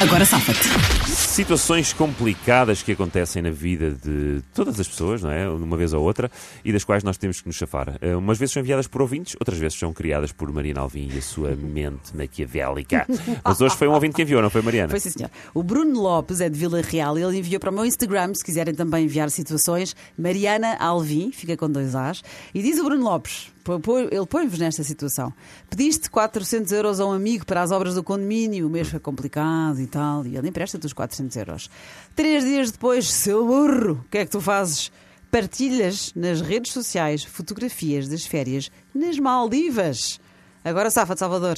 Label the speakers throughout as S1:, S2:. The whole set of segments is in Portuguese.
S1: Agora safa-te.
S2: Situações complicadas que acontecem na vida de todas as pessoas, não é? Uma vez ou outra, e das quais nós temos que nos chafar. Eh, Umas vezes são enviadas por ouvintes, outras vezes são criadas por Mariana Alvim e a sua mente maquiavélica. Mas hoje foi um ouvinte que enviou, não foi, Mariana?
S1: Foi sim, senhor. O Bruno Lopes é de Vila Real e ele enviou para o meu Instagram, se quiserem também enviar situações, Mariana Alvim, fica com dois As, e diz o Bruno Lopes, pô- pô- ele põe-vos nesta situação. Pediste 400 euros a um amigo para as obras do condomínio, o mês foi complicado e tal, e ele empresta-te os 400 euros. Três dias depois, seu burro, o que é que tu fazes? Partilhas nas redes sociais fotografias das férias nas Maldivas. Agora safa-te, Salvador.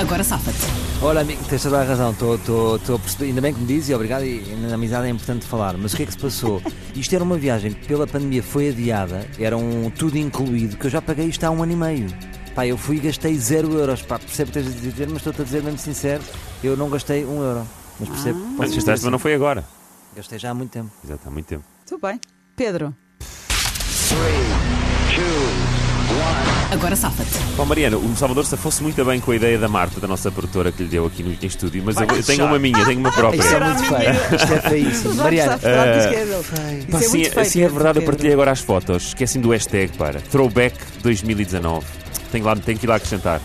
S1: Agora safa-te.
S3: Olha, amigo, tens toda a razão. Tô, tô, tô a perceber. Ainda bem que me dizes e obrigado. E na amizade é importante falar. Mas o que é que se passou? Isto era uma viagem que pela pandemia foi adiada. Era um tudo incluído que eu já paguei isto há um ano e meio. Pá, eu fui e gastei zero euros. Pá, percebo o que tens de dizer, mas estou-te a dizer mesmo sincero. Eu não gastei um euro. Mas percebo. posso
S2: Ah. Mas é-
S3: dizer
S2: gastaste, mas não foi agora.
S3: assim, Gastei já há muito tempo.
S2: Exato, há muito tempo.
S1: Tudo bem. Pedro. Agora safa-te.
S2: Bom, Mariana, o Salvador se fosse muito bem com a ideia da Marta, da nossa produtora que lhe deu aqui no Item Estúdio, mas eu eu tenho uma minha, tenho uma própria.
S3: Isto é muito feio. Isto é feíssimo. Mariana,
S1: Mariana,
S2: Pá, sim, sim, é verdade, eu partilhei agora as fotos. Esquecem do hashtag, para. Throwback 2019. Tenho, lá, tenho que ir lá acrescentar.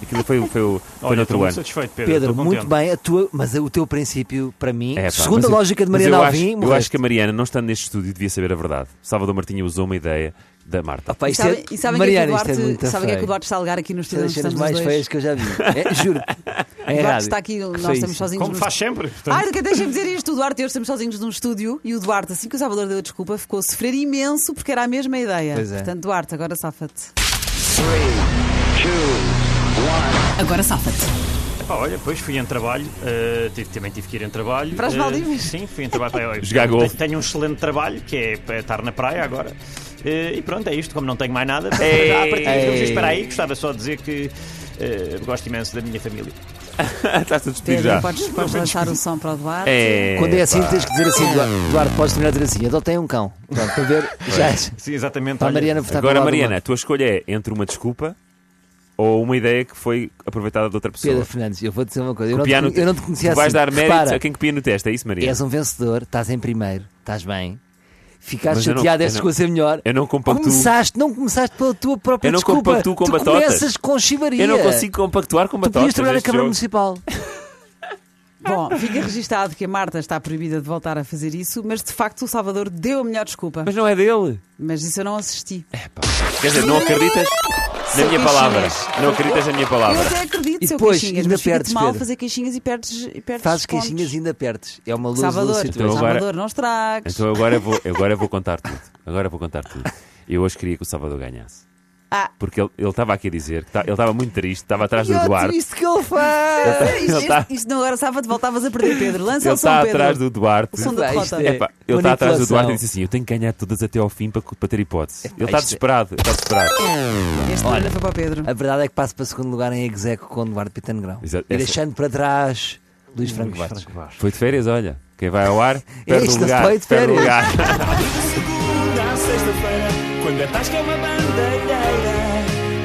S2: Aquilo foi, o- foi, o- foi
S4: Olha,
S2: no outro
S4: estou muito
S2: ano.
S4: satisfeito, Pedro.
S3: Pedro,
S4: estou
S3: muito
S4: contente.
S3: bem. A tua, mas o teu princípio, para mim,
S2: É, pá,
S3: segundo a
S2: mas-
S3: lógica de
S2: mas
S3: Mariana
S2: eu
S3: Alvim,
S2: acho, eu acho
S3: morreste.
S2: que a Mariana, não estando neste estúdio, devia saber a verdade. Salvador Martinha usou uma ideia da Marta.
S3: Ah, pá,
S1: E
S3: isto é-
S1: sabem, e sabem
S3: Mariana,
S1: que é
S3: isto
S1: que o
S3: é
S1: Duarte,
S3: muito
S1: sabem que é que o
S3: feio.
S1: Duarte está a ligar aqui no
S3: Isto é
S1: estúdio
S3: das
S1: onde
S3: cenas
S1: estamos
S3: mais
S1: os dois.
S3: feias que eu já vi. É, juro. É
S1: O Duarte
S3: errado.
S1: está aqui, nós estamos sozinhos
S4: Como
S1: no
S4: faz sempre. portanto.
S1: Ai, nunca deixem-me dizer isto. O Duarte e eu estamos sozinhos num estúdio e o Duarte, assim que o Salvador deu a desculpa, ficou a sofrer imenso porque era a mesma ideia.
S3: Pois é.
S1: Portanto, Duarte, agora safa-te. Agora safa-te.
S4: Pá, olha, depois fui em trabalho, eh, tive- também tive que ir em trabalho.
S1: Para as
S4: eh,
S1: Maldivas?
S4: sim, fui em trabalho. Pá, eu-
S2: Jogar
S4: tenho-
S2: golfe.
S4: Tenho um excelente trabalho, que é, é estar na praia agora. Eh, e pronto, é isto. Como não tenho mais nada, para já, a partir de hoje, espera aí, gostava só de dizer que eh, gosto imenso da minha família.
S3: é
S2: Estás a despedir
S1: Pedro,
S2: já.
S1: podes, podes lançar o som para o Duarte.
S2: É,
S3: Quando é assim,
S2: pá.
S3: tens que dizer assim, Duarte, Duarte, podes terminar a dizer assim, adotei um cão. Pronto, para ver, já
S4: Sim, exatamente.
S3: Para a
S4: olha,
S3: Mariana votar
S2: Agora,
S3: com o lado do
S2: Mariana, a
S3: Duarte.
S2: tua escolha é entre uma desculpa ou uma ideia que foi aproveitada de outra pessoa.
S3: Pedro Fernandes, eu vou dizer uma coisa. Eu,
S2: Copiar
S3: não,
S2: no
S3: te, eu não te conhecia
S2: tu vais
S3: assim.
S2: dar mérito
S3: Repara,
S2: a quem copia no teste, é isso, Maria?
S3: és um vencedor, estás em primeiro, estás bem. Ficaste
S2: Mas eu não-
S3: chateado,
S2: eu
S3: és
S2: não-
S3: com a ser melhor.
S2: eu não compactuo-
S3: Começaste, não começaste pela tua própria
S2: Eu não
S3: desculpa.
S2: compactuo com
S3: tu
S2: batotas.
S3: começas com chivaria.
S2: Eu não consigo compactuar com
S3: Tu
S2: batotas
S3: podias trabalhar na
S2: neste
S3: Câmara
S2: jogo.
S3: Municipal.
S1: Bom, fica registado que a Marta está proibida de voltar a fazer isso, mas de facto o Salvador deu a melhor desculpa.
S2: Mas não é dele.
S1: Mas isso eu não assisti.
S2: Quer dizer, não acreditas na minha
S1: queixinhas.
S2: palavra. Não acreditas na minha
S1: Eu
S2: palavra.
S1: até acredito,
S3: E
S1: seu
S3: depois,
S1: queixinhas,
S3: ainda
S1: mas fica-te
S3: perdes,
S1: mal
S3: Pedro.
S1: fazer queixinhas e perdes, e perdes
S3: Fazes
S1: pontos.
S3: queixinhas e ainda perdes. É uma luz
S1: Salvador,
S2: Então
S3: situação.
S2: agora-
S1: Salvador, não estragues.
S2: Então agora vou, agora vou contar tudo. Agora vou contar tudo. Eu hoje queria que o Salvador ganhasse.
S1: Ah.
S2: Porque ele ele estava aqui a dizer que tá- ele estava muito triste, estava atrás do
S3: E
S2: Duarte.
S3: ótimo isto que ele faz.
S1: Ah, isto,
S2: ele tá-
S1: isto- isto não agora sábado voltavas a perder, Pedro. Lança
S2: Ele
S1: o som,
S2: está
S1: Pedro.
S2: atrás do Duarte.
S1: O som da
S3: Pá,
S1: derrota.
S3: isto é-
S2: Epá, ele está atrás do Duarte
S3: Manipulação.
S2: e disse assim: Eu tenho que ganhar todas até ao fim para, para ter hipótese. ele está
S3: isto é-
S2: desesperado, ele está desesperado.
S1: Este olha, foi para o Pedro.
S3: A verdade é que passo para segundo lugar em execo com Eduardo Pitano Grau.
S2: Exato.
S3: E
S2: Essa- Hum,
S3: deixando para trás Luís Franco Bastos.
S2: Foi de férias, olha. Quem vai ao ar, perde o
S3: Este
S2: lugar.
S3: foi de
S2: perde o
S3: férias.
S2: lugar.
S5: segunda à sexta-feira, quando a Tasca é uma bandeira.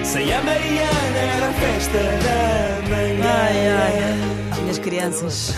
S5: Sem a Mariana era a festa da manhã.
S1: Ai, ai, ai. Minhas crianças.